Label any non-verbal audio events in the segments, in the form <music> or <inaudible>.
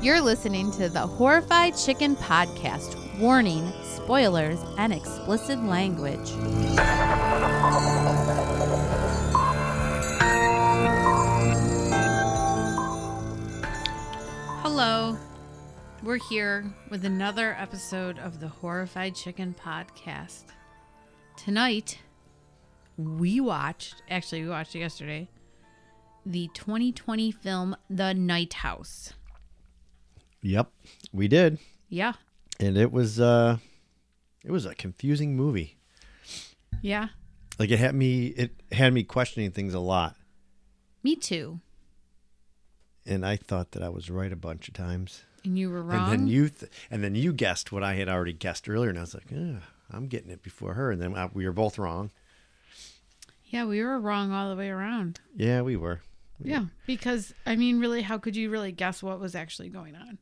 You're listening to the Horrified Chicken Podcast. Warning, spoilers, and explicit language. Hello. We're here with another episode of the Horrified Chicken Podcast. Tonight, we watched, actually, we watched it yesterday, the 2020 film The Night House. Yep, we did, Yeah. and it was uh, it was a confusing movie. Yeah. Like it had me, it had me questioning things a lot, Me too. and I thought that I was right a bunch of times. And you were And wrong. then you, th- and then you guessed what I had already guessed earlier, and I was like, "Ugh, I'm getting it before her, and then I, we were both wrong. yeah, we were wrong all the way around. Yeah, we were. Yeah. Because, I mean, really, how could you really guess what was actually going on?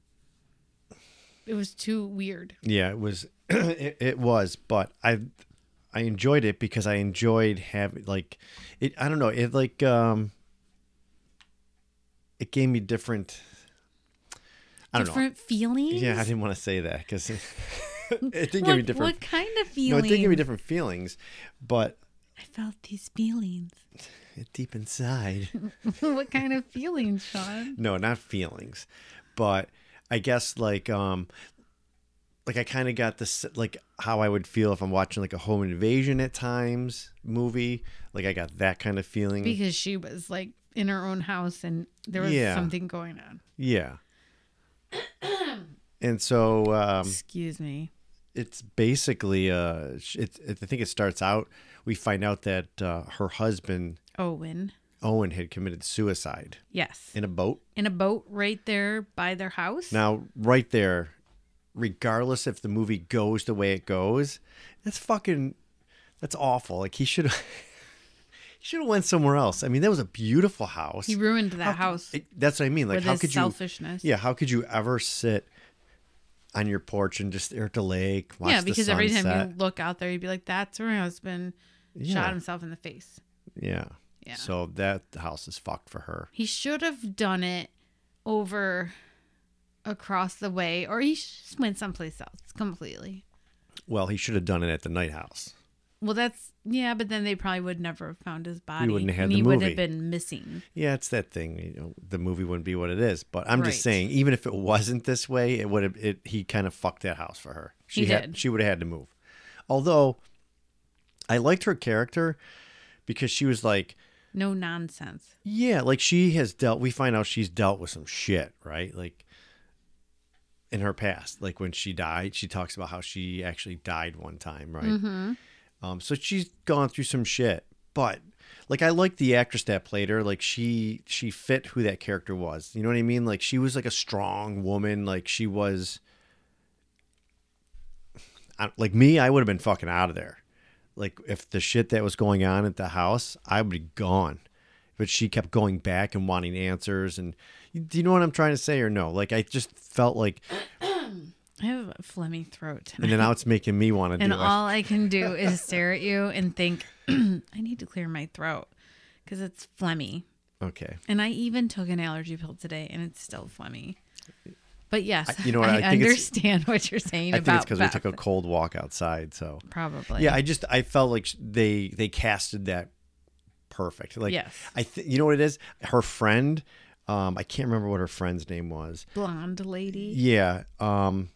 It was too weird. Yeah, it was. <clears throat> it, it was, but I, I enjoyed it because I enjoyed having like, it. I don't know. It like um. It gave me different. I don't know. Different feelings? Yeah, I didn't want to say that because it, <laughs> <laughs> it did give me What, different. what kind of no, feelings? it did give me different feelings, but I felt these feelings. deep inside, <laughs> what kind of feelings, Sean? no, not feelings, but I guess like um, like I kind of got this like how I would feel if I'm watching like a home invasion at times movie. Like I got that kind of feeling. Because she was like in her own house and there was Yeah. something going on. yeah. And so um, Excuse me. it's basically uh, sh- it's, it's I think it starts out. We find out that uh, her husband Owen. Owen had committed suicide Yes. in a boat. In a boat right there by their house. Now, right there, regardless if the movie goes the way it goes, that's fucking that's awful. Like he should have <laughs> he should have went somewhere else. I mean, that was a beautiful house. He ruined that How- house it- that's what I mean. Like with how his could selfishness. you Yeah, how could you ever sit on your porch and just stare at the lake, watch Yeah, because the every sunset? time you look out there, you'd be like, that's her husband shot Yeah. himself in the face. Yeah. Yeah. So that house is fucked for her. He should have done it over across the way, or he sh- just went someplace else completely. Well, he should have done it at the night house. Well, that's yeah, but then they probably would never have found his body. wouldn't have had and the he would movie. have been missing. Yeah, it's that thing. You know, the movie wouldn't be what it is. But I'm Right. just saying, even if it wasn't this way, it would have. It he kind of fucked that house for her. She He had, did. She would have had to move. Although, I liked her character because she was like, No nonsense. yeah, like she has dealt. We find out she's dealt with some shit, right? Like in her past, like when she died, she talks about how she actually died one time, right? Um, so she's gone through some shit, but like I like the actress that played her. Like she she fit who that character was. You know what I mean? Like she was like a strong woman. Like she was. I, like me, I would have been fucking out of there. Like if the shit that was going on at the house, I would be gone. But she kept going back and wanting answers. And do you know what I'm trying to say or no? Like I just felt like, I have a phlegmy throat <laughs> and tonight. then now it's making me want to And do it. all I can <laughs> do is stare at you and think, <clears throat> I need to clear my throat because it's phlegmy. Okay. And I even took an allergy pill today and it's still phlegmy. But yes, I- you you know know what, I, I think it's- understand <laughs> what you're saying I think about it's because we took a Beth. cold walk outside. So Probably. yeah, I just I felt like sh- they they casted that perfect. Like Yes. I th- you know what it is. Her friend, um, I can't remember what her friend's name was. Blonde lady. Yeah, um,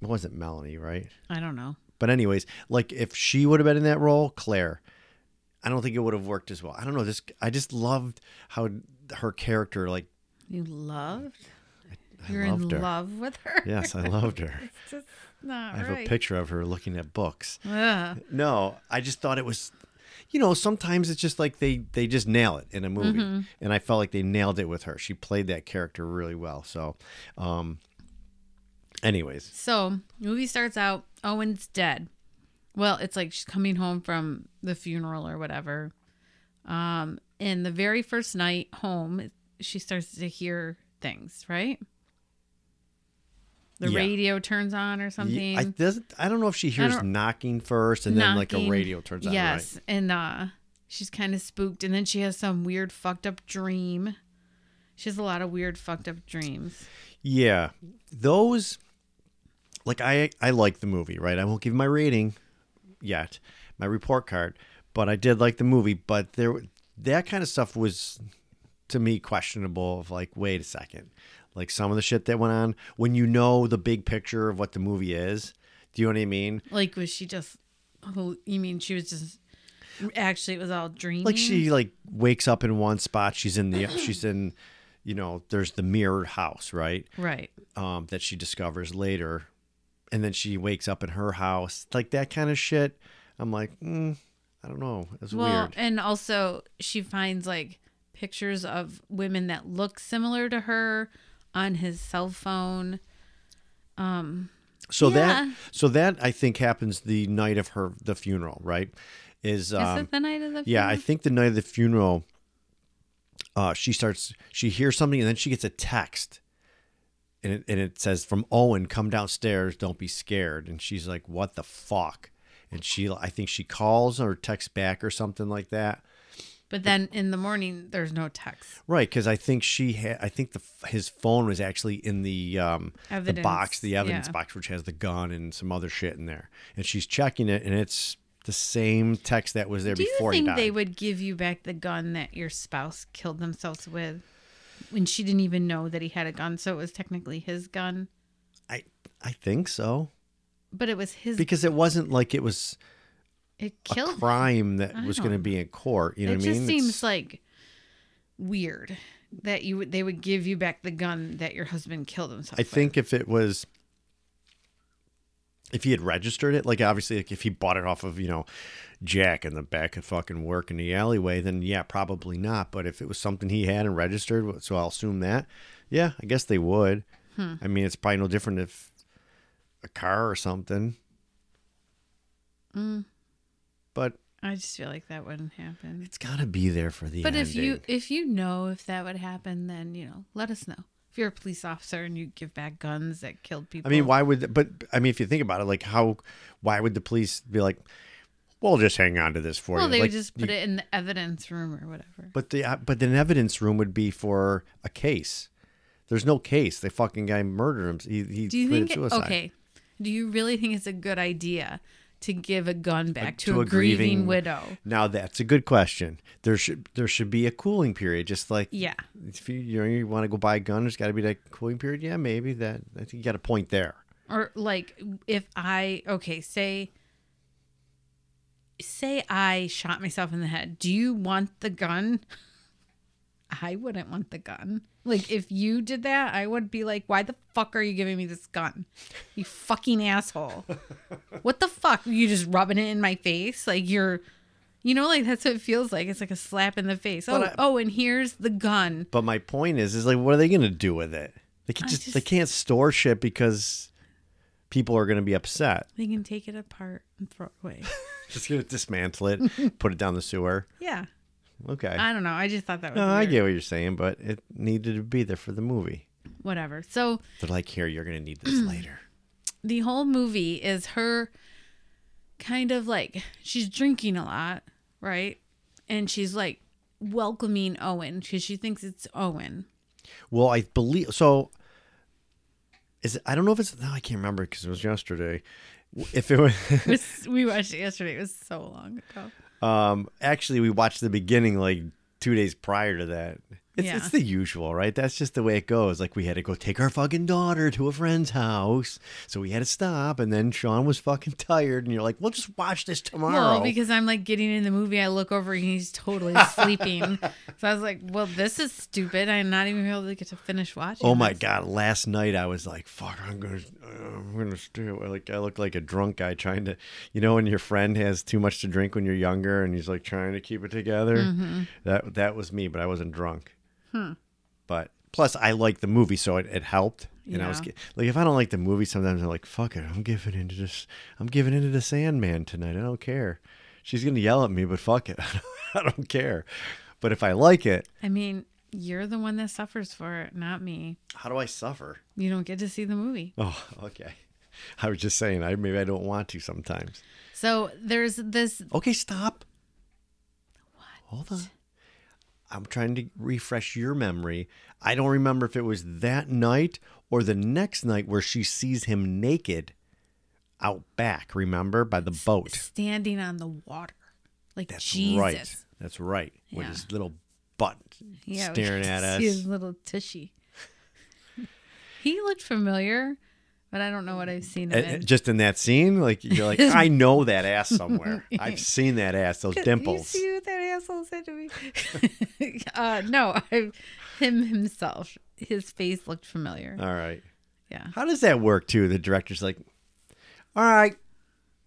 it wasn't Melanie, right? I don't know. But anyways, like if she would have been in that role, Claire, I don't think it would have worked as well. I don't know. This I just loved how her character like You loved? I You're loved in her. love with her? <laughs> Yes, I loved her. It's just not I have right. a picture of her looking at books. Ugh. No, I just thought it was, you know, sometimes it's just like they they just nail it in a movie, Mm-hmm. and I felt like they nailed it with her. She played that character really well. So, um, anyways, So movie starts out. Owen's dead. Well, it's like she's coming home from the funeral or whatever. Um, and the very first night home, she starts to hear things. Right. The Yeah. radio turns on or something. yeah, I doesn't I don't know if she hears don't- knocking first, and then like a Knocking. radio turns on. Yes, and uh, she's kind of spooked, and then she has some weird fucked up dream. She has a lot of weird fucked up dreams. right? Yeah, those like I I like the movie, right? I won't give my rating yet, my report card, but I did like the movie. But there, that kind of stuff was to me questionable. Of like, wait a second, like some of the shit that went on when you know the big picture of what the movie is. Do you know what I mean? Like, was she just? Oh, you mean she was just? Actually, it was all dreaming. like she like wakes up in one spot she's in the she's in you know there's the mirrored house right Right. um that she discovers later and then she wakes up in her house like that kind of shit i'm like mm, i don't know it's Well, weird and also she finds like pictures of women that look similar to her on his cell phone. so yeah. that so that i think happens the night of her the funeral right is um Is mm-hmm. it the night of the Yeah, I funeral? think the night of the funeral, uh, she starts. She hears something, and then she gets a text, and it, and it says from Owen, "Come downstairs. Don't be scared." And she's like, "What the fuck?" And she, I think she calls or texts back or something like that. But then in the morning, there's no text. Right, because I think she had. I think the f- his phone was actually in the um the Evidence, box, the evidence yeah. box, which has the gun and some other shit in there. And she's checking it, and it's the same text that was there Do you before he think died. they would give you back the gun that your spouse killed themselves with when she didn't even know that he had a gun? So it was technically his gun, I I think so. but it was his. because it wasn't like it was it a killed. crime that I was don't going to be in court. You know it what I just mean? seems It's- like weird that you would they would give you back the gun that your husband killed himself. I with. think if it was, if he had registered it, like obviously, like if he bought it off of you know Jack in the back of fucking work in the alleyway, then yeah, probably not. But if it was something he had and registered, so I'll assume that. Yeah, I guess they would. Hmm. I mean, it's probably no different if a car or something. Mm. But I just feel like that wouldn't happen. it's got to be there for the. But if you ending. if you know if that would happen, then you know let us know. If you're a police officer and you give back guns that killed people, I mean, why would? But I mean, if you think about it, like how, why would the police be like, "Well, just hang on to this for Well, you"? they like, would just put it in the evidence room or whatever. But the uh, but an evidence room would be for a case. There's no case. The fucking guy murdered him. He, he Do you committed think? suicide. Okay. Do you really think it's a good idea to give a gun back to, to a, a grieving, grieving- widow? Now that's a good question. There should there should be a cooling period, just like Yeah. If you you, know, you want to go buy a gun, there's got to be that cooling period. Yeah, maybe that. I think you got a point there. Or like, if I okay, say, say I shot myself in the head. Do you want the gun? <laughs> I wouldn't want the gun. Like, if you did that, I would be like, why the fuck are you giving me this gun? You fucking asshole. What the fuck? You just rubbing it in my face? Like, you're, you know, like that's what it feels like. It's like a slap in the face. Oh, But I- oh, and here's the gun. But my point is, is like, what are they going to do with it? They can I just, just- they can't store shit because people are going to be upset. They can take it apart and throw it away. <laughs> Just going to dismantle it, put it down the sewer. Yeah. Okay. I don't know. I just thought that was no, I weird. get what you're saying, but it needed to be there for the movie. whatever. So They're like, here, you're going to need Mm. this later. the whole movie is her kind of like she's drinking a lot, right? And she's like welcoming Owen because she thinks it's Owen. <laughs> Well, I believe so. Is it, I don't know if it's no, I can't remember because it was yesterday. If <laughs> it was, It was- we watched it yesterday. It was so long ago. um, actually, we watched the beginning like two days prior to that. It's, Yeah. it's the usual, right? That's just the way it goes. Like we had to go take our fucking daughter to a friend's house, so we had to stop. And then Sean was fucking tired, and you're like, "We'll just watch this tomorrow." No, because I'm like getting in the movie. I look over and he's <laughs> totally sleeping. so I was like, well, this is stupid. I'm not even able to get to finish watching. Oh my this. god! Last night I was like, "Fuck! I'm gonna, I'm gonna stay." away." Like I look like a drunk guy trying to, you know, when your friend has too much to drink when you're younger, and he's like trying to keep it together. That that was me, but I wasn't drunk. But plus, I liked the movie, so it, it helped. And I was Yeah. ge- like, if I don't like the movie, sometimes I'm like, "Fuck it! I'm giving into this. I'm giving into the Sandman tonight. I don't care. She's gonna yell at me, but fuck it. <laughs> I don't care. But if I like it, I mean, you're the one that suffers for it, not me. how do I suffer? You don't get to see the movie. Oh, okay. <laughs> I was just saying, I maybe I don't want to sometimes. So there's this Okay, stop. What? Hold on. I'm trying to refresh your memory. I don't remember if it was that night or the next night where she sees him naked out back, remember, by the boat. standing on the water. Like That's Jesus. right. That's right. With Yeah. his little butt Yeah, we staring could at us. Uh, See his little tushy. he looked familiar, but I don't know what I've seen him And- in. and uh, just in that scene, like <laughs> you're like, I know that ass somewhere. I've seen that ass, those dimples. You see what that asshole said to me? <laughs> uh, no, I, him himself. His face looked familiar. All right. Yeah. How does that work too? The director's like, all right,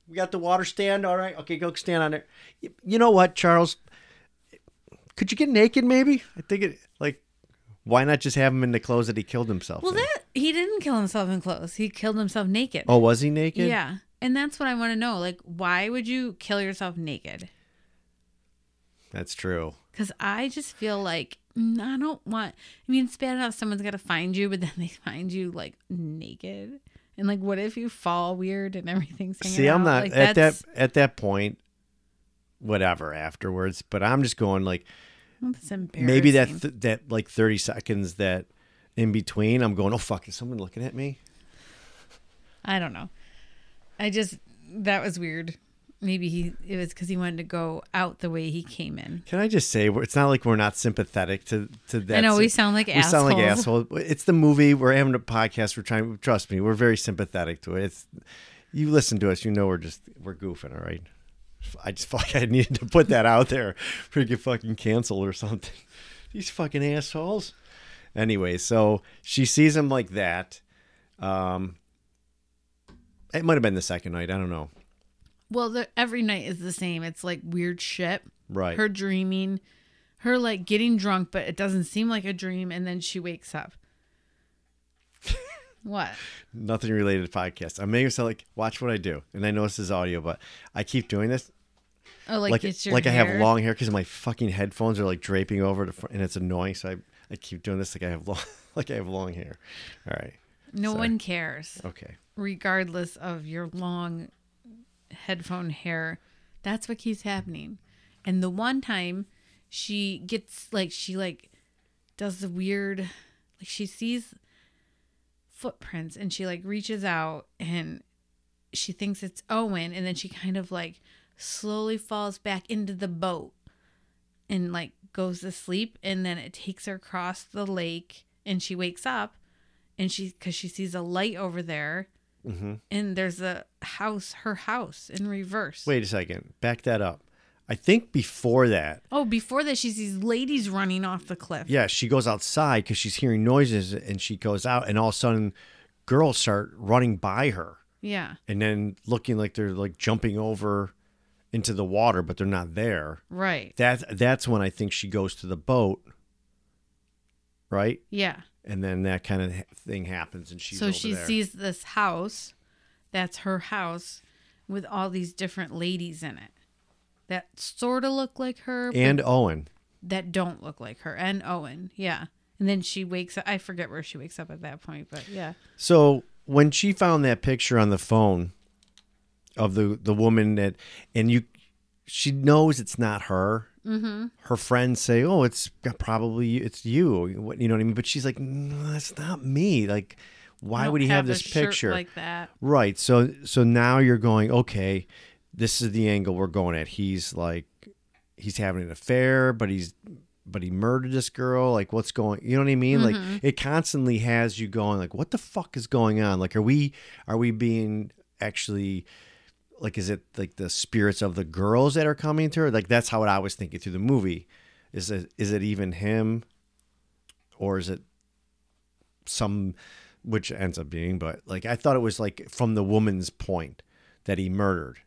we got the water stand. All right, okay, go stand on it. Y- You know what, Charles? Could you get naked maybe? I think it like, why not just have him in the clothes that he killed himself? Well, in? that he didn't kill himself in clothes. He killed himself naked. oh, was he naked? yeah. And that's what I want to know. Like, why would you kill yourself naked? that's true. Because I just feel like mm, I don't want. I mean, it's bad enough someone's got to find you, but then they find you like naked. And like, what if you fall weird and everything's hanging See, I'm out? not Like, at that's- that at that point. Whatever afterwards, but I'm just going like That's embarrassing. maybe that th- that like 30 seconds that in between, I'm going, oh fuck, is someone looking at me? I don't know. I just that was weird. Maybe he it was because he wanted to go out the way he came in. Can I just say, we're- it's not like we're not sympathetic to to that. I know we si- sound like we assholes. sound like assholes. It's the movie. We're having a podcast. We're trying. Trust me, we're very sympathetic to it. It's, you listen to us. You know we're just we're goofing. All right. I just <laughs> fuck. I needed to put that out there. We get fucking canceled or something. <laughs> These fucking assholes. Anyway, so she sees him like that. Um, it might have been the second night. I don't know. Well, the, every night is the same. It's like weird shit. Right. Her dreaming, her like getting drunk, but it doesn't seem like a dream, and then she wakes <laughs> up. what? nothing related to podcast. I'm making myself like watch what I do, and I know this is audio, but I keep doing this. Oh, like, Like it's your like I have hair? long hair because my fucking headphones are like draping over the front, and it's annoying. So I I keep doing this like I have long <laughs> like I have long hair. All right, No Sorry. one cares, okay. regardless of your long headphone hair. That's what keeps happening. And the one time she gets like she like does the weird like she sees footprints and she like reaches out and she thinks it's Owen and then she kind of like slowly falls back into the boat and like goes to sleep and then it takes her across the lake and she wakes up and she cuz she sees a light over there Mm-hmm. and there's a house her house in reverse. Wait a second, back that up. I think before that, Oh, before that, she sees ladies running off the cliff. yeah, she goes outside because she's hearing noises, and she goes out, and all of a sudden, girls start running by her, Yeah, and then looking like they're like jumping over into the water, but they're not there. right. That's that's when I think she goes to the boat, right? Yeah. And then that kind of ha- thing happens, and she's so over she there. sees this house. That's her house with all these different ladies in it that sort of look like her but and Owen. that don't look like her and Owen. Yeah. And then she wakes up. I forget where she wakes up at that point, but yeah. So when she found that picture on the phone of the the woman that, and you, she knows it's not her. Mm-hmm. Her friends say, "Oh, it's probably it's you." What you know what I mean? But she's like, "No, that's not me." Like, I why don't would he have, a this shirt picture? like that? Right. So so now you're going, okay, this is the angle we're going at. He's like he's having an affair, but he's but he murdered this girl. Like what's going you know what I mean? Like it constantly has you going like what the fuck is going on? Like are we are we being actually like is it like the spirits of the girls that are coming to her? Like that's how I was thinking through the movie. Is it is it even him or is it some which it ends up being, but like I thought it was like from the woman's point that he murdered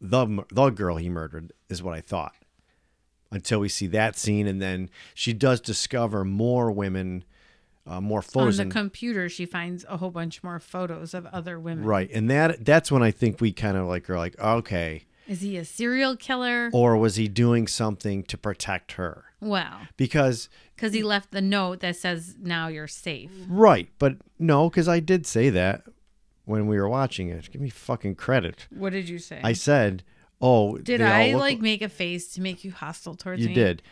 the mur- the girl he murdered is what I thought until we see that scene and then she does discover more women, uh, more On photos, the and- computer, she finds a whole bunch more photos of other women. right? And that that's when I think we kind of like are like okay, Is he a serial killer? or was he doing something to protect her? Wow. Because Because he left the note that says, now you're safe. right, but no, because I did say that when we were watching it. Give me fucking credit. What did you say? I said, oh, did they all I look like make a face to make you hostile towards You me? did.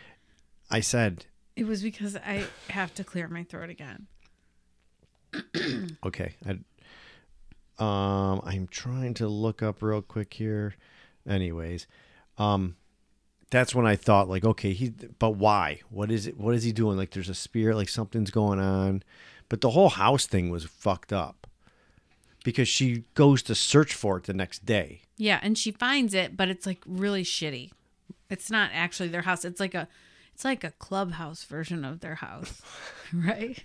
I said, It was because I have to clear my throat again. okay. I, um, I'm trying to look up real quick here. Anyways, um, that's when I thought like, okay, he, but why? What is it? What is he doing? Like, there's a spirit. Like something's going on. But the whole house thing was fucked up because she goes to search for it the next day. Yeah, and she finds it, but it's like really shitty. It's not actually their house. It's like a it's like a clubhouse version of their house. <laughs> Right?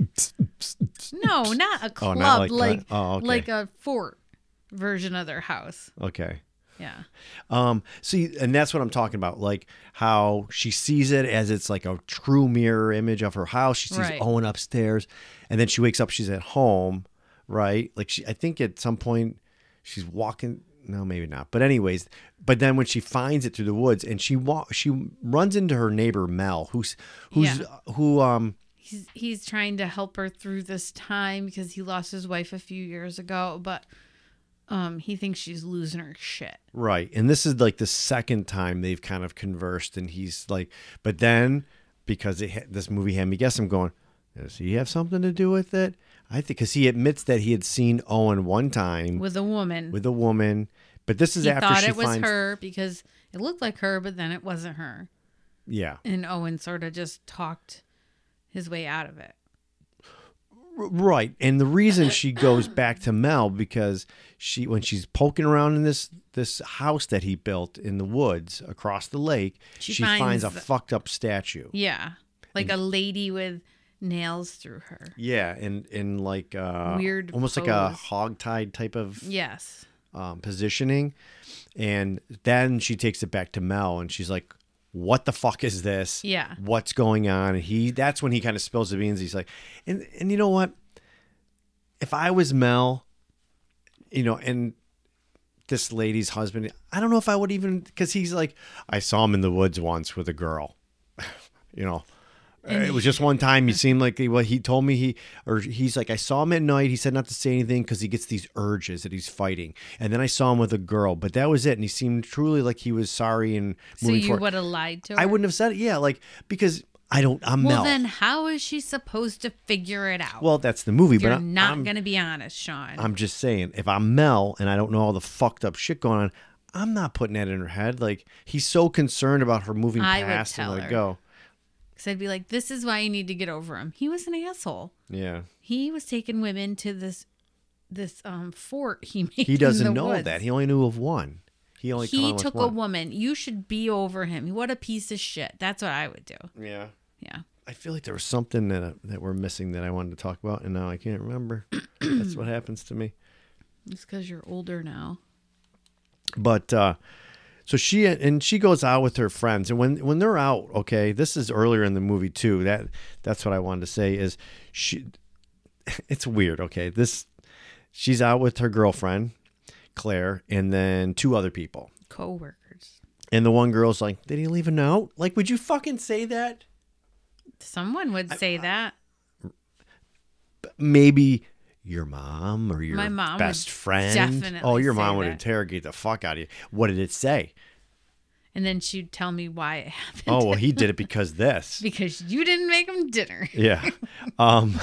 no, not a <laughs> Oh, club, not like like that. like, Oh, okay. a fort version of their house. Okay. Yeah. Um, see, and that's what I'm talking about. Like how she sees it as it's like a true mirror image of her house. She sees Right. Owen upstairs, and then she wakes up. She's at home, right? Like she, I think at some point she's walking. No, maybe not. But anyways, but then when she finds it through the woods, and she wa- she runs into her neighbor Mel, who's who's who um He's he's trying to help her through this time because he lost his wife a few years ago, but um he thinks she's losing her shit. Right. And this is like the second time they've kind of conversed and he's like but then because it, ha- this movie had me guess I'm going does he have something to do with it? I think because he admits that he had seen Owen one time with, With a woman. a woman, but this is he after thought she it was finds her because it looked like her, but then it wasn't her. yeah And Owen sort of just talked his way out of it. R- right. And the reason she goes back to Mel because she when she's poking around in this this house that he built in the woods across the lake, She she, finds, finds a the- fucked up statue. Yeah. Like a lady with nails through her. Yeah, and in like uh Weird almost like a pose. hogtied type of Yes. um, positioning. And then she takes it back to Mel and she's like, What the fuck is this? Yeah. What's going on? And he that's when he kind of spills the beans. He's like, and and you know what? If I was Mel, you know, and this lady's husband, I don't know if I would even because he's like, I saw him in the woods once with a girl. <laughs> you know. It was just <laughs> one time. He seemed like he, well, he told me he or he's like I saw him at night. He said not to say anything because he gets these urges that he's fighting. And then I saw him with a girl, but that was it. And he seemed truly like he was sorry and So moving you forward. would have lied to her. I wouldn't have said it. Yeah, like because I don't. I'm Well, Mel. then how is she supposed to figure it out? well, that's the movie, you're but I'm not I'm, going to be honest, Sean. I'm just saying, if I'm Mel and I don't know all the fucked up shit going on, I'm not putting that in her head. Like he's so concerned about her moving I would past and tell let her. go. Because I'd be like, this is why you need to get over him. He was an asshole. Yeah, He was taking women to this this um fort he <laughs> made. he in the doesn't know woods. that. He only knew of one. He only he took a one. woman. You should be over him. What a piece of shit. That's what I would do. Yeah. Yeah. I feel like there was something that that we're missing that I wanted to talk about, and now I can't remember. That's what happens to me. It's because you're older now. But uh, so she and she goes out with her friends, and when when they're out, okay, this is earlier in the movie too. That that's what I wanted to say is she. <laughs> It's weird, okay. This she's out with her girlfriend Claire, and then two other people, Coworkers. and the one girl's like, "Did he leave a note? Like, would you fucking say that?" Someone would say that. maybe your mom or your My mom would best friend. definitely oh, your say mom would that. interrogate the fuck out of you. What did it say? And then she'd tell me why it <laughs> happened. Oh, well, he did <laughs> it because this. Because you didn't make him dinner. Yeah. <laughs> Um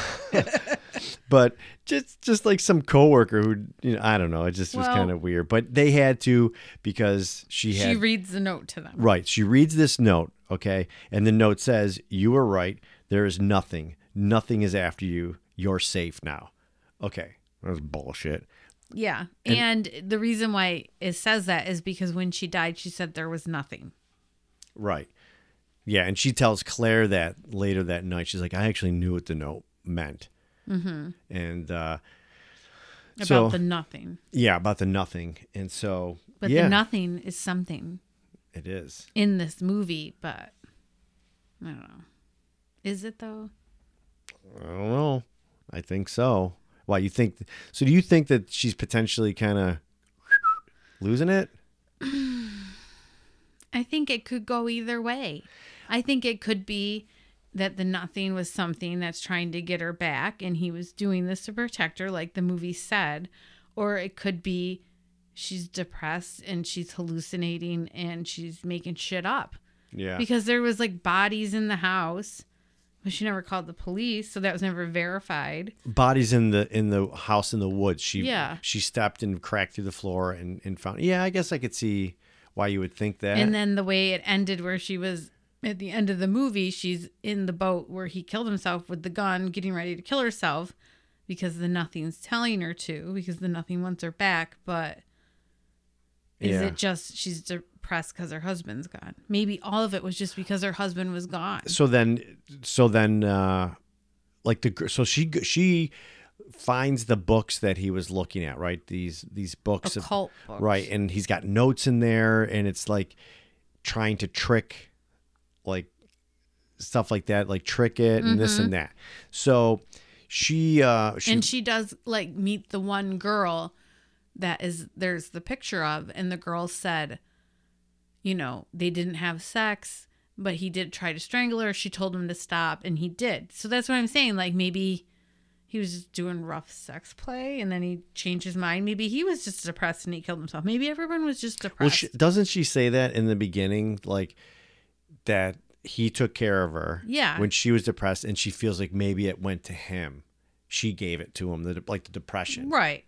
but just just like some coworker who you know, I don't know, it just was Well- kind of weird, but they had to because she had She reads the note to them. Right. She reads this note, okay? And the note says, You were right. There is nothing. Nothing is after you. You're safe now. Okay. That was bullshit. Yeah. And, the reason why it says that is because when she died, she said there was nothing. Right. Yeah, and she tells Claire that later that night. She's like, "I actually knew what the note meant." Mm-hmm. And uh, About So- the nothing. yeah, about the nothing. And so, But yeah, the nothing is something it is. in this movie, but I don't know. Is it though? I don't know. I think so. Why you think? So do you think that she's potentially kind of losing it? I think it could go either way. I think it could be that the nothing was something that's trying to get her back and he was doing this to protect her like the movie said or it could be she's depressed and she's hallucinating and she's making shit up Yeah. because there was like bodies in the house but she never called the police so that was never verified Bodies in the in the house in the woods. She Yeah. she stepped and cracked through the floor and, and found yeah, I guess I could see why you would think that. and then the way it ended where she was at the end of the movie she's in the boat where he killed himself with the gun getting ready to kill herself because the nothing's telling her to because the nothing wants her back but is Yeah. it just she's depressed because her husband's gone maybe all of it was just because her husband was gone so then so then uh like the gr- so she g- she finds the books that he was looking at right these these books of- Occult books. right and he's got notes in there and it's like trying to trick like stuff like that like trick it and this and that so she uh she Mm-hmm. and she does like meet the one girl that is there's the picture of and the girl said you know they didn't have sex but he did try to strangle her she told him to stop and he did so that's what i'm saying like maybe he was just doing rough sex play and then he changed his mind maybe he was just depressed and he killed himself maybe everyone was just depressed well she, doesn't she say that in the beginning like that he took care of her Yeah. when she was depressed and she feels like maybe it went to him she gave it to him the, de- like the depression right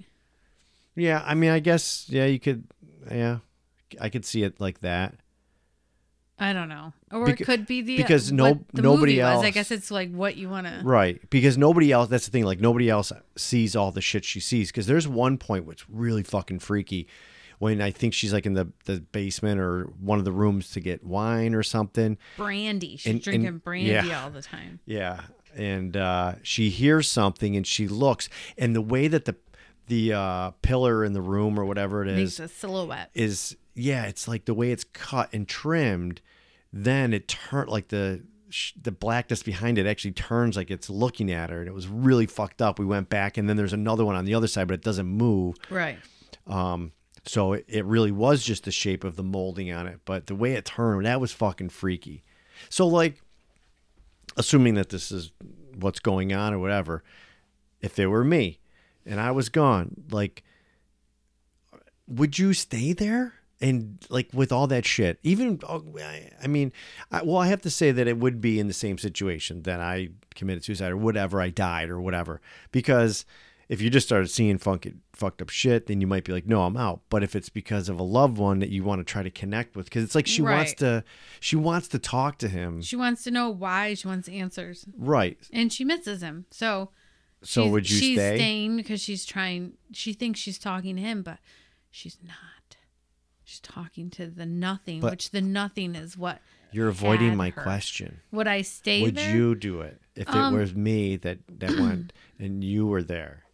yeah i mean i guess yeah you could yeah i could see it like that i don't know or Becau- it could be the because no- what the nobody movie was. i else- guess it's like what you want to Right. Because nobody else, that's the thing, like nobody else sees all the shit she sees. Because there's one point which really fucking freaky when I think she's like in the, the basement or one of the rooms to get wine or something. brandy she's And- and- drinking brandy yeah. all the time Yeah. And uh, she hears something and she looks. And the way that the the uh, pillar in the room or whatever it makes is a silhouette is yeah, it's like the way it's cut and trimmed, then it turned like the sh- the blackness behind it actually turns like it's looking at her, and it was really fucked up. We went back, and then there's another one on the other side, but it doesn't move. Right. So it, it really was just the shape of the molding on it, but the way it turned, that was fucking freaky. So like, assuming that this is what's going on or whatever, if it were me and I was gone, like, would you stay there? And like with all that shit, even oh, I I mean, I, well, I have to say that it would be in the same situation that I committed suicide or whatever, I died or whatever, because if you just started seeing funk, fucked up shit, then you might be like, no, I'm out. But if it's because of a loved one that you want to try to connect with, because it's like she wants Right. to, she wants to talk to him, She wants to know why. She wants answers, right? and she misses him. So, So she's- would you she's stay? staying because she's trying. She thinks she's talking to him, but she's not. She's talking to the nothing, But- which the nothing is what You're avoiding had my her. question. would I stay Would there? you do it if Um, it was me that <clears throat> that went and you were there?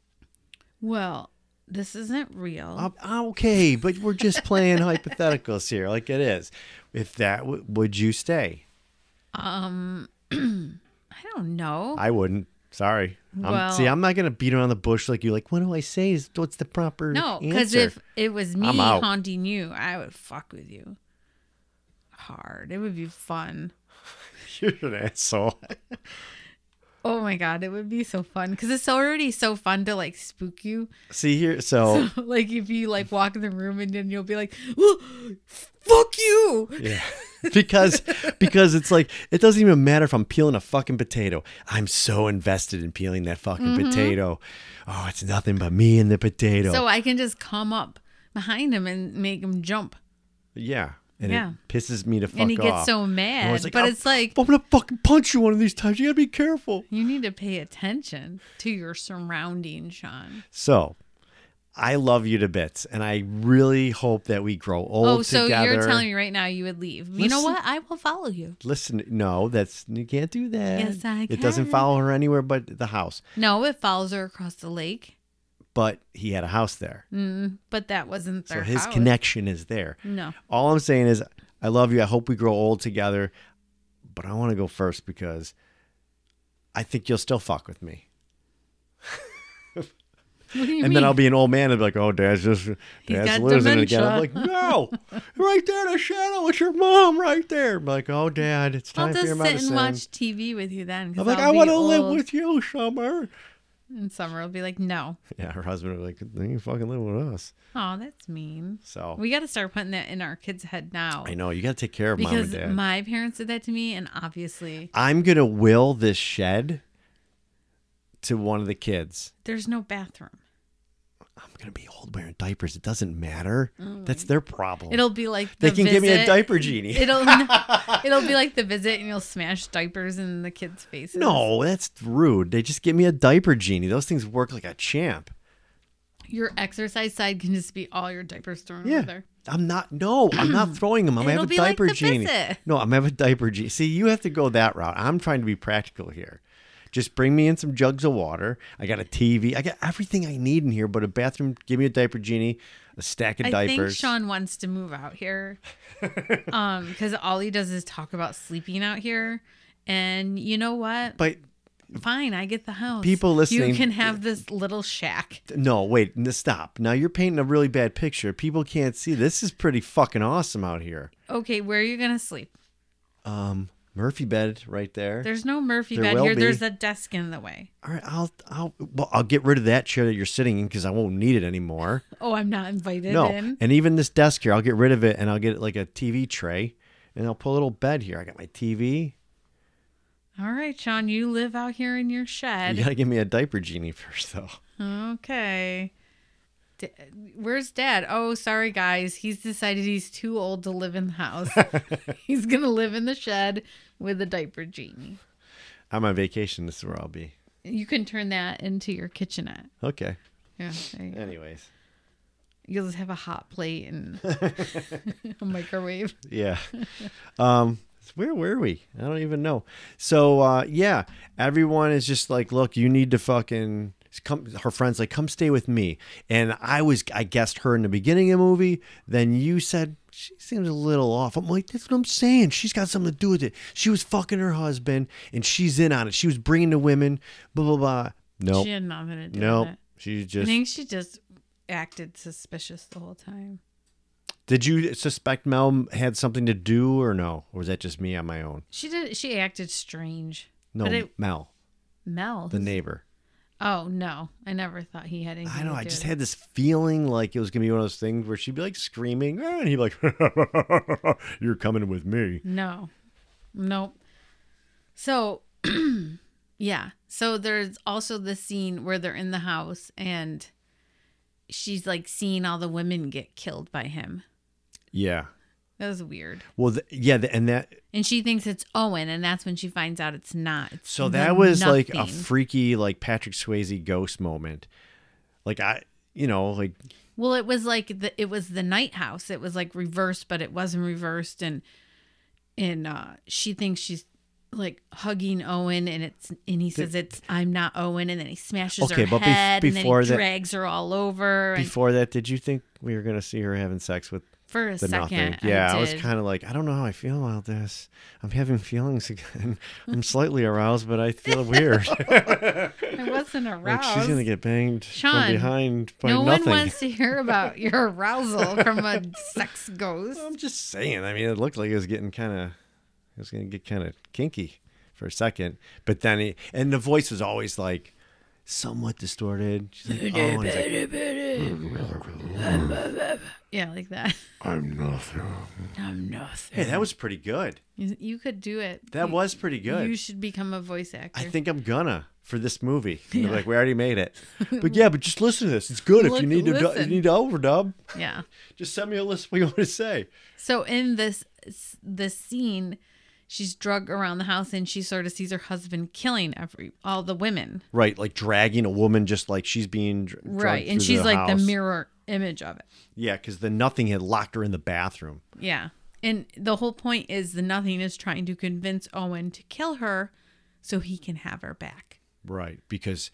Well, this isn't real. Uh, okay, but we're just <laughs> playing hypotheticals here, like it is. If that w- would you stay? I don't know. I wouldn't. Sorry. I'm, see, Well- I'm not gonna beat around the bush like you. Like, what do I say? Is what's the proper no, because if answer? it was me I'm out. haunting you, I would fuck with you hard. It would be fun. <laughs> you're an asshole. Oh my god, it would be so fun because it's already so fun to like spook you. <laughs> See here, so like if you like walk in the room and then you'll be like, "Whoa, "Fuck you!" Yeah. <laughs> because because it's like it doesn't even matter if I'm peeling a fucking potato. I'm so invested in peeling that fucking potato. Oh, it's nothing but me and the potato. Mm-hmm. So I can just come up behind him and make him jump, yeah. And Yeah. it pisses me to fuck and he gets off. so I'm mad. always like, but "I'm- it's like I'm gonna fucking punch you one of these times. You gotta be careful. you need to pay attention to your surroundings, Sean. So I love you to bits, and I really hope that we grow old Oh, so together. you're telling me right now you would leave? You know Listen- what? I will follow you. Listen, no, that's you can't do that. Yes, I It doesn't can. follow her anywhere but the house. No, it follows her across the lake, But he had a house there, mm, but that wasn't so their his house. connection is there. No, <laughs> All I'm saying is, I love you. I hope we grow old together. But I want to go first because I think you'll still fuck with me. what do you and mean? then I'll be an old man and be like, oh, dad's just, dad's got losing it again. I'm like, dementia. no, <laughs> right there in the shadow. It's your mom right there. I'm like, oh, dad, it's I'll time for just your sit medicine. and watch TV with you then. 'cause I'm like, I'll I be want to live old. with you, Summer. And Summer will be like, no. Yeah, her husband would be like, then you fucking live with us. Oh, that's mean. So We got to start putting that in our kids' head now. I know you got to take care of mom and Because dad. my parents did that to me, and obviously I'm gonna will this shed to one of the kids. there's no bathroom. I'm gonna be old wearing diapers. It doesn't matter. That's their problem. Oh, It'll be like Oh. they the can give me a visit. diaper genie. It'll it'll be like the visit, and you'll smash diapers in the kids' faces. <laughs> no, that's rude. They just give me a diaper genie. Those things work like a champ. your exercise side can just be all your diapers thrown Yeah. over there. I'm not. No, <clears throat> I'm not throwing them. I'm gonna It'll have a be like diaper the genie. visit. No, I'm gonna have a diaper genie. See, you have to go that route. I'm trying to be practical here. Just bring me in some jugs of water. I got a TV. I got everything I need in here, but a bathroom. Give me a diaper genie, a stack of I think diapers. Sean wants to move out <laughs> here, um, because all he does is talk about sleeping out here. And you know what? but Fine, I get the house. People listening- you can have this little shack. no, wait, n- stop. Now you're painting a really bad picture. People can't see. This is pretty fucking awesome out here. Okay, where are you gonna sleep? Um, Murphy bed right there. There's no Murphy There bed will here. be. There's a desk in the way. All right, I'll, I'll, well, I'll get rid of that chair that you're sitting in because I won't need it <laughs> anymore. Oh, I'm not invited No, in. and even this desk here, I'll get rid of it and I'll get like a TV tray and I'll put a little bed here. I got my TV. All right, Sean, you live out here in your shed. You gotta give me a diaper genie <laughs> first though. Okay. D- Where's dad? Oh, sorry, guys. He's decided he's too old to live in the <laughs> house. he's going to live in the shed with a diaper genie. I'm on vacation. This is where I'll be. You can turn that into your kitchenette. Okay. Yeah. There you go. Anyways, You'll just have a hot plate <laughs> and a microwave. yeah. Um, where were we? I don't even know. So uh, yeah, everyone is just like, look, you need to fucking come. Her friends like, come stay with me. And I was, I guessed her in the beginning of the movie. Then you said she seems a little off. I'm like, that's what I'm saying. She's got something to do with it. She was fucking her husband, and she's in on it. She was bringing the women. Blah blah blah. Nope, She had nothing to do nope. with it. She I just. think she just acted suspicious the whole time. Did you suspect Mel had something to do, or no, or was that just me on my own? She did. She acted strange. No, But it- Mel, Mel. the neighbor. oh no, I never thought he had anything. I know. To I do just with it. had this feeling like it was gonna be one of those things where she'd be like screaming, "Ah," and he'd be like, <laughs> "You're coming with me." No. Nope. So, <clears throat> yeah. So there's also the scene where they're in the house and she's like seeing all the women get killed by him. Yeah. That was weird. Well, th- yeah, th- and that. And she thinks it's Owen, and that's when she finds out it's not. It's So the that was like a nothing. freaky, like Patrick Swayze ghost moment. Like I, you know, like well, it was like the it was the night house. It was like reversed, but it wasn't reversed, and and uh she thinks she's like hugging Owen, and it's and he says it's I'm not Owen, and then he smashes Okay, her but bef- head, and then before he that- drags her all over. And before that, did you think we were gonna see her having sex with for a the second, nothing? Yeah, I, I, was did. kind of like, I don't know how I feel about this. I'm having feelings <laughs> again. I'm slightly aroused, but I feel weird. <laughs> I wasn't like aroused. she's gonna get banged Sean, from behind by no nothing. one wants to hear <laughs> about your arousal from a sex ghost. I'm just saying. I mean, it looked like it was getting kind of, it was going to get kind of kinky for a second. But then he, and the voice was always like somewhat distorted. She's like, oh, and he's like, Yeah, like that. I'm nothing. I'm nothing. hey, that was pretty good. <laughs> You you could do it. That You- was pretty good. You should become a voice actor. I think I'm gonna for this movie. <laughs> They're Like we already made it, but yeah, but just listen to this. It's good if Look- you need to du- you listen. need to overdub. yeah. Just send me a list of what you want to say. So in this this scene, she's drug around the house and she sort of sees her husband killing every all the women. Right, like dragging a woman just like she's being dr- drugged right. And through she's like house. the mirror image of it. Yeah, because the nothing had locked her in the bathroom. Yeah. And the whole point is the nothing is trying to convince Owen to kill her so he can have her back. Right, because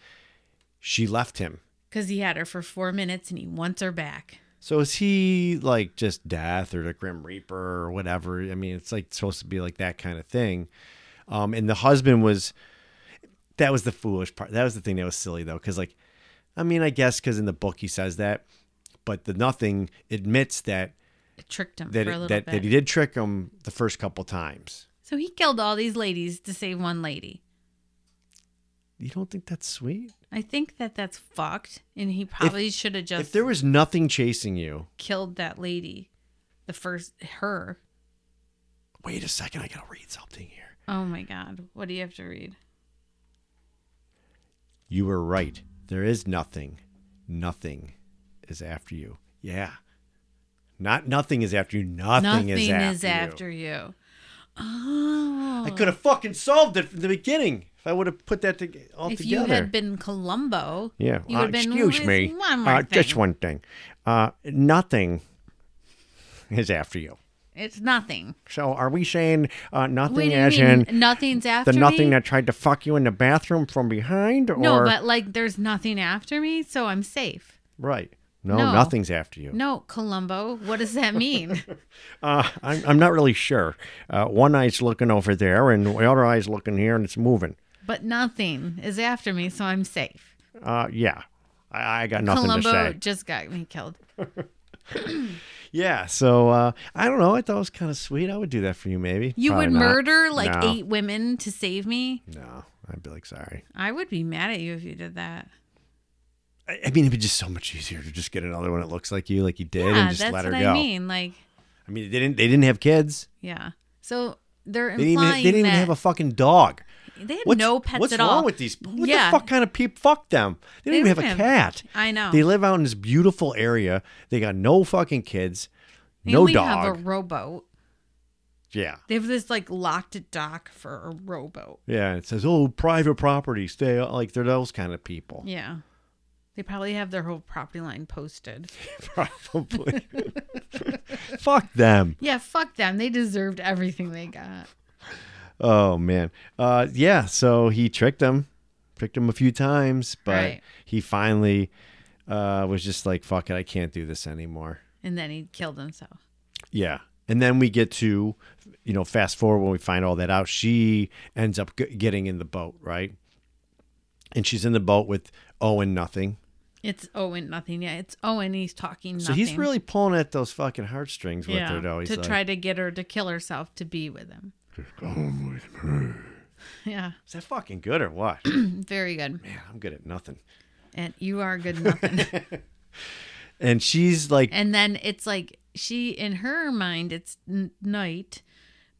she left him. Because he had her for four minutes and he wants her back. So is he like just death or the Grim Reaper or whatever? I mean, it's like supposed to be like that kind of thing. Um, and the husband was that was the foolish part. That was the thing that was silly though, because like, I mean, I guess because in the book he says that, but the nothing admits that It tricked him that for a little that, bit. that he did trick him the first couple times. so he killed all these ladies to save one lady. You don't think that's sweet? I think that that's fucked, and he probably should have If just there was nothing chasing you, killed that lady, the first her. wait a second, I gotta read something here. Oh my god, what do you have to read? You were right. There is nothing. Nothing is after you. Yeah. Not nothing is after you. Nothing, Nothing is after you. you. I Oh, could have fucking solved it from the beginning if I would have put that to- all if you together. had been Columbo, yeah. you uh, would have been. excuse "There's me. One more uh, just thing. one thing. Uh, nothing is after you. It's nothing. So are we saying uh, Wait, nothing you as mean in nothing's after the nothing me? that tried to fuck you in the bathroom from behind? Or no, but like there's nothing after me, so I'm safe. right? No, No. nothing's after you. No, Columbo, what does that <laughs> mean? Uh, I'm, I'm not really sure. Uh, one eye's looking over there, and the other eye's looking here, and it's moving. but nothing is after me, so I'm safe. Uh, yeah, I, I got nothing Columbo to say. just got me killed. Yeah, so uh, I don't know. I thought it was kind of sweet. I would do that for you, maybe. You Probably would not. murder like No. eight women to save me? No, I'd be like, sorry. I would be mad at you if you did that. I, I mean, it'd be just so much easier to just get another one that looks like you, like you did, yeah, and just Ah, that's let her what go. I mean. Like, I mean, they didn't. They didn't have kids. yeah. So they're They didn't. Even, implying they didn't even that have a fucking dog. they had What's, no pets what's at all. wrong with these? What Yeah. the fuck kind of people? Fuck them. They didn't They even don't have a have- cat. I know. They live out in this beautiful area. They got no fucking kids, They no only have a dog. rowboat. Yeah, They have this like locked dock for a rowboat. yeah. It says, oh, private property. Stay like they're those kind of people. Yeah. They probably have their whole property line posted. <laughs> Probably. fuck them. Yeah, fuck them. They deserved everything they got. Oh man. Uh, yeah. So he tricked him, tricked him a few times, but Right. he finally uh, was just like, fuck it, I can't do this anymore. And then he killed himself. Yeah. And then we get to, you know, fast forward when we find all that out. She ends up g- getting in the boat, right? And she's in the boat with Owen Nothing. It's Owen nothing. Yeah, it's Owen. He's talking nothing. So he's really pulling at those fucking heartstrings with her, though. He's to like, try to get her to kill herself to be with him. <laughs> Yeah, is that fucking good <clears throat> or what? very good. Man, I'm good at nothing. And you are good nothing. And she's like, and then it's like she, in her mind, it's n- night,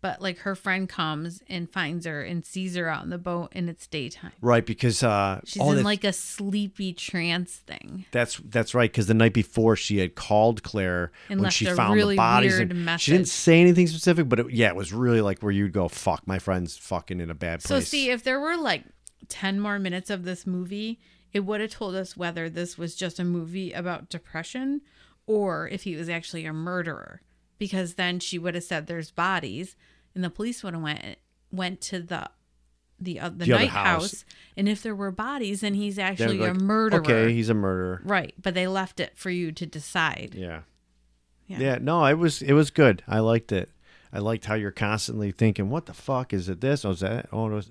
but like her friend comes and finds her and sees her out in the boat, and it's daytime. right, because uh, She's all in that- like a sleepy trance thing. That's that's right. Because the night before she had called Claire And when left she a found really the bodies. weird and she didn't message. say anything specific, but it, yeah, it was really like where you'd go, "Fuck, my friend's fucking in a bad So place." see, if there were like ten more minutes of this movie, it would have told us whether this was just a movie about depression or if he was actually a murderer. Because then she would have said there's bodies, and the police would have went went to the the uh, the, The other night house. house. and if there were bodies, then he's They'd be actually a like, murderer. Okay, he's a murderer. right, but they left it for you to decide. Yeah. Yeah. yeah, No, it was it was good. I liked it. I liked how you're constantly thinking, "What the fuck is it? This? Oh, is that? Oh, it was...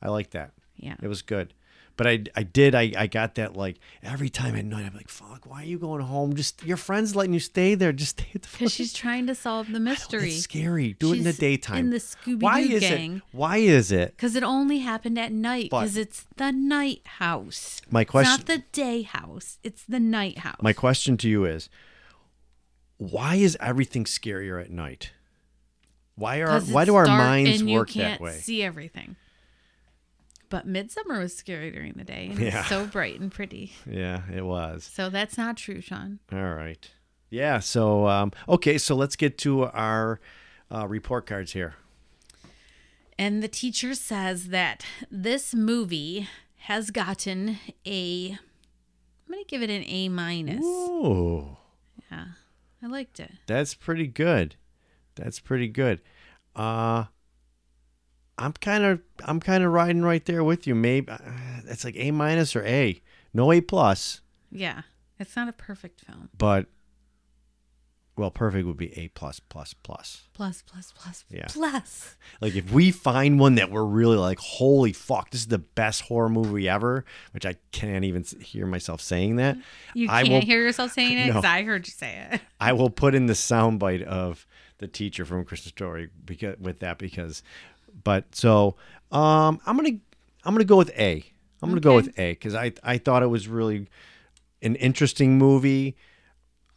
I like that. Yeah. It was good. But I, I did I, I got that like every time at night I'm like fuck why are you going home just your friend's letting you stay there just stay at the fucking Because she's trying to solve the mystery. It's scary. Do it in the She's daytime. in the Scooby-Doo Why is gang. it? Why is it? Because it only happened at night. But- Because it's the night house. My It's question. not the day house. It's the night house. my question to you is, why is everything scarier at night? Why are Because why it's do our dark minds and work you can't that way? See everything. But midsummer was scary during the day, and Yeah. it's so bright and pretty. Yeah, it was. So that's not true, Sean. All right. Yeah. So um, okay. So let's get to our uh, report cards here. And the teacher says that this movie has gotten a. I'm gonna give it an A minus. Ooh, Yeah, I liked it. that's pretty good. That's pretty good. Uh, I'm kind of I'm kind of riding right there with you. Maybe uh, it's like A minus or A. No A plus, Yeah, it's not a perfect film. but well, perfect would be A plus plus plus. Plus, plus, plus, Yeah. plus. Like if we find one that we're really like, holy fuck, this is the best horror movie ever, which I can't even s- hear myself saying that. You I can't will- hear yourself saying it because <laughs> No. I heard you say it. I will put in the soundbite of the teacher from Christmas Story because with that because, but so um, I'm gonna I'm gonna go with A. I'm gonna go Okay. with A because I I thought it was really an interesting movie.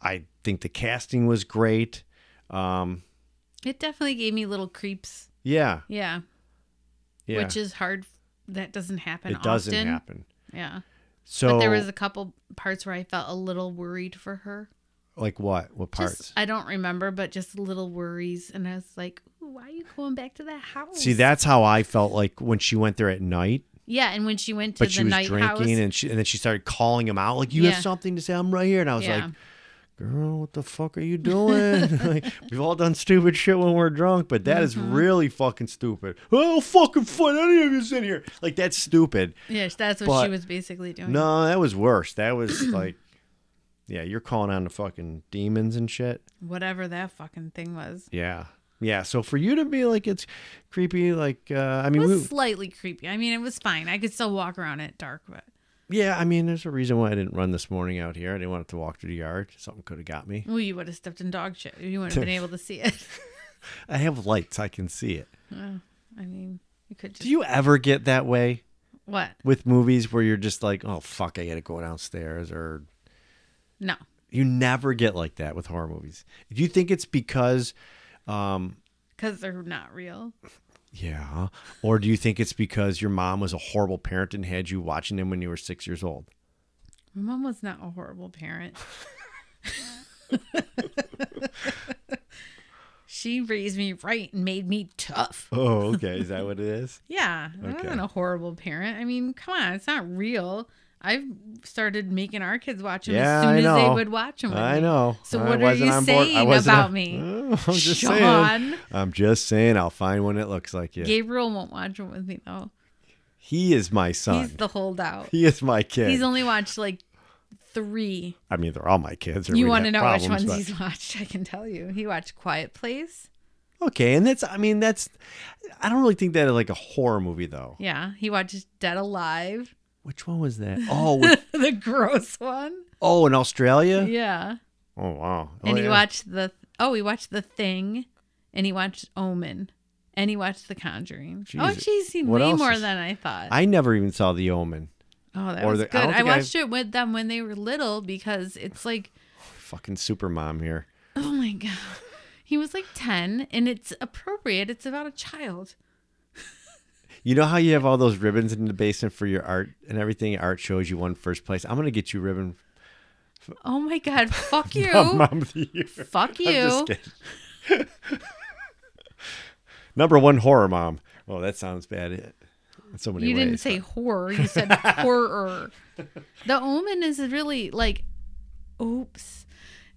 I think the casting was great. Um, It definitely gave me little creeps. yeah, Yeah. yeah, Which is hard. That doesn't happen it doesn't often. happen. Yeah. So but there was a couple parts where I felt a little worried for her. like what? What parts? Just I don't remember, but just little worries, and I was like, Ooh, "Why are you going back to that house?" See, that's how I felt like when she went there at night, Yeah, and when she went to but the she was night drinking house, and she and then she started calling him out like you Yeah. have something to say. I'm right here, and I was yeah, like, girl, what the fuck are you doing? <laughs> like, we've all done stupid shit when we're drunk, but that is Mm-hmm. really fucking stupid. Oh, fucking fun. Any of you in here? Like that's stupid. yeah, that's what she but- was basically doing. No, that was worse. That was like, <clears throat> yeah, you're calling on the fucking demons and shit. Whatever that fucking thing was, Yeah. Yeah, so for you to be like it's creepy, like uh, I it mean, was we, slightly creepy. I mean, it was fine. I could still walk around at dark, but Yeah, I mean, there's a reason why I didn't run this morning out here. I didn't want it to walk through the yard. Something could have got me. ooh, you would have stepped in dog shit. You <laughs> wouldn't have been able to see it. <laughs> I have lights. I can see it. Oh, I mean, you could just Do you ever get that way what? with movies where you're just like, oh, fuck, I got to go downstairs? Or No, you never get like that with horror movies. Do you think it's because, um, because they're not real. yeah, or do you think it's because your mom was a horrible parent and had you watching them when you were six years old? My mom was not a horrible <laughs> parent. she raised me right and made me tough. Oh, okay. Is that what it is? Yeah, I Okay. wasn't a horrible parent. I mean, come on, it's not real. I've started making our kids watch them Yeah, as soon I as they know. would watch them. I know. So I what are wasn't you on board- I saying wasn't about on- me? Oh, <laughs> I'm just saying. Sean, I'm just saying I'll find one that looks like you. Gabriel won't watch them with me though. He is my son. He's the holdout. he is my kid. He's only watched like three. I mean, they're all my kids. or You we'd want to have know which ones problems, but- he's <laughs> watched? I can tell you. He watched Quiet Place. Okay, and that's. I mean, that's. I don't really think that is like a horror movie though. Yeah, he watched Dead Alive. Which one was that? <laughs> Oh, with, the gross one. oh, in Australia. Yeah. Oh wow. Oh, And he yeah. watched the oh, he watched The Thing, and he watched Omen, and he watched The Conjuring. Oh, Jeez. she's seen What way else more is- than I thought. I never even saw The Omen. oh, that or was the- I good. don't I, think I- watched it with them when they were little because it's like, Fucking super mom here. oh my god, he was like ten, and it's appropriate. It's about a child. You know how you have all those ribbons in the basement for your art and everything. Art shows you won first place. I'm gonna get you ribbon. Oh my god, <laughs> fuck you, Mom of the year. fuck you. I'm just kidding. <laughs> Number one horror mom. Oh, that sounds bad. It- in so many You ways. didn't say horror. <laughs> You said horror. The Omen is really like, oops.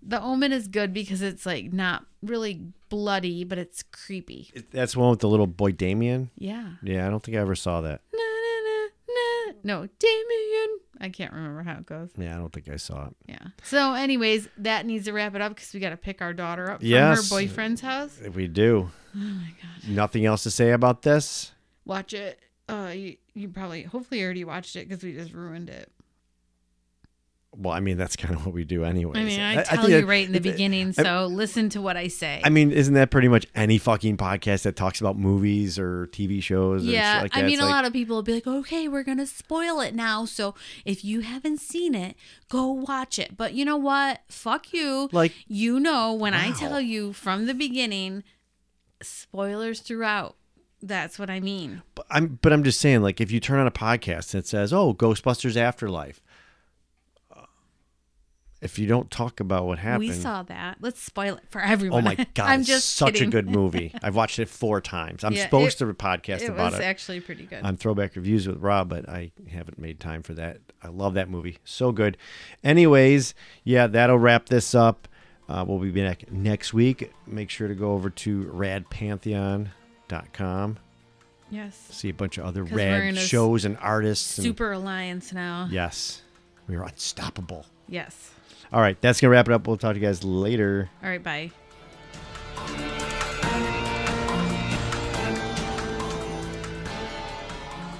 The Omen is good because it's like not really bloody, but it's creepy. It- That's the one with the little boy Damien. Yeah. Yeah, I don't think I ever saw that. Na, na, na, na. No, Damien. I can't remember how it goes. Yeah, I don't think I saw it. Yeah. So, anyways, that needs to wrap it up because we got to pick our daughter up from Yes. her boyfriend's house. If we do. Oh my god. Nothing else to say about this? Watch it. Uh, you, you probably, hopefully, you already watched it because we just ruined it. Well, I mean, that's <laughs> kind of what we do anyway. I mean, I, tell you right in the beginning, so listen to what I say. I mean, isn't that pretty much any fucking podcast that talks about movies or TV shows? Or Yeah, shit like I that? mean, It's a like, lot of people will be like, okay, we're going to spoil it now. So if you haven't seen it, go watch it. But you know what? Fuck you. Like- you know, when I Wow. tell you from the beginning, spoilers throughout. That's what I mean. But I'm, but I'm just saying, like, if you turn on a podcast and it says, "Oh, Ghostbusters Afterlife," uh, if you don't talk about what happened, We saw that. Let's spoil it for everyone. <laughs> oh my god, <laughs> I'm it's just such kidding. a good movie. I've watched it four times. I'm Yeah, supposed it- to podcast it about was it actually pretty good. on Throwback Reviews with Rob, but I haven't made time for that. I love that movie, so good. Anyways, yeah, that'll wrap this up. Uh, we'll be back next week. Make sure to go over to radpantheon.com. yes. See a bunch of other 'Cause we're rad in a s- shows and artists. and- Super Alliance now. Yes. We are unstoppable. Yes. All right, that's going to wrap it up. We'll talk to you guys later. All right, bye.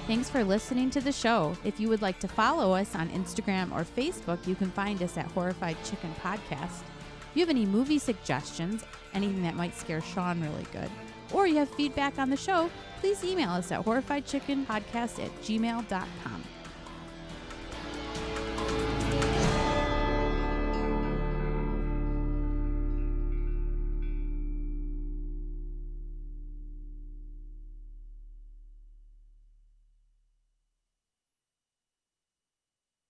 Thanks for listening to the show. If you would like to follow us on Instagram or Facebook, you can find us at Horrified Chicken Podcast. If you have any movie suggestions, anything that might scare Sean really good, or you have feedback on the show, please email us at horrifiedchickenpodcast at gmail.com.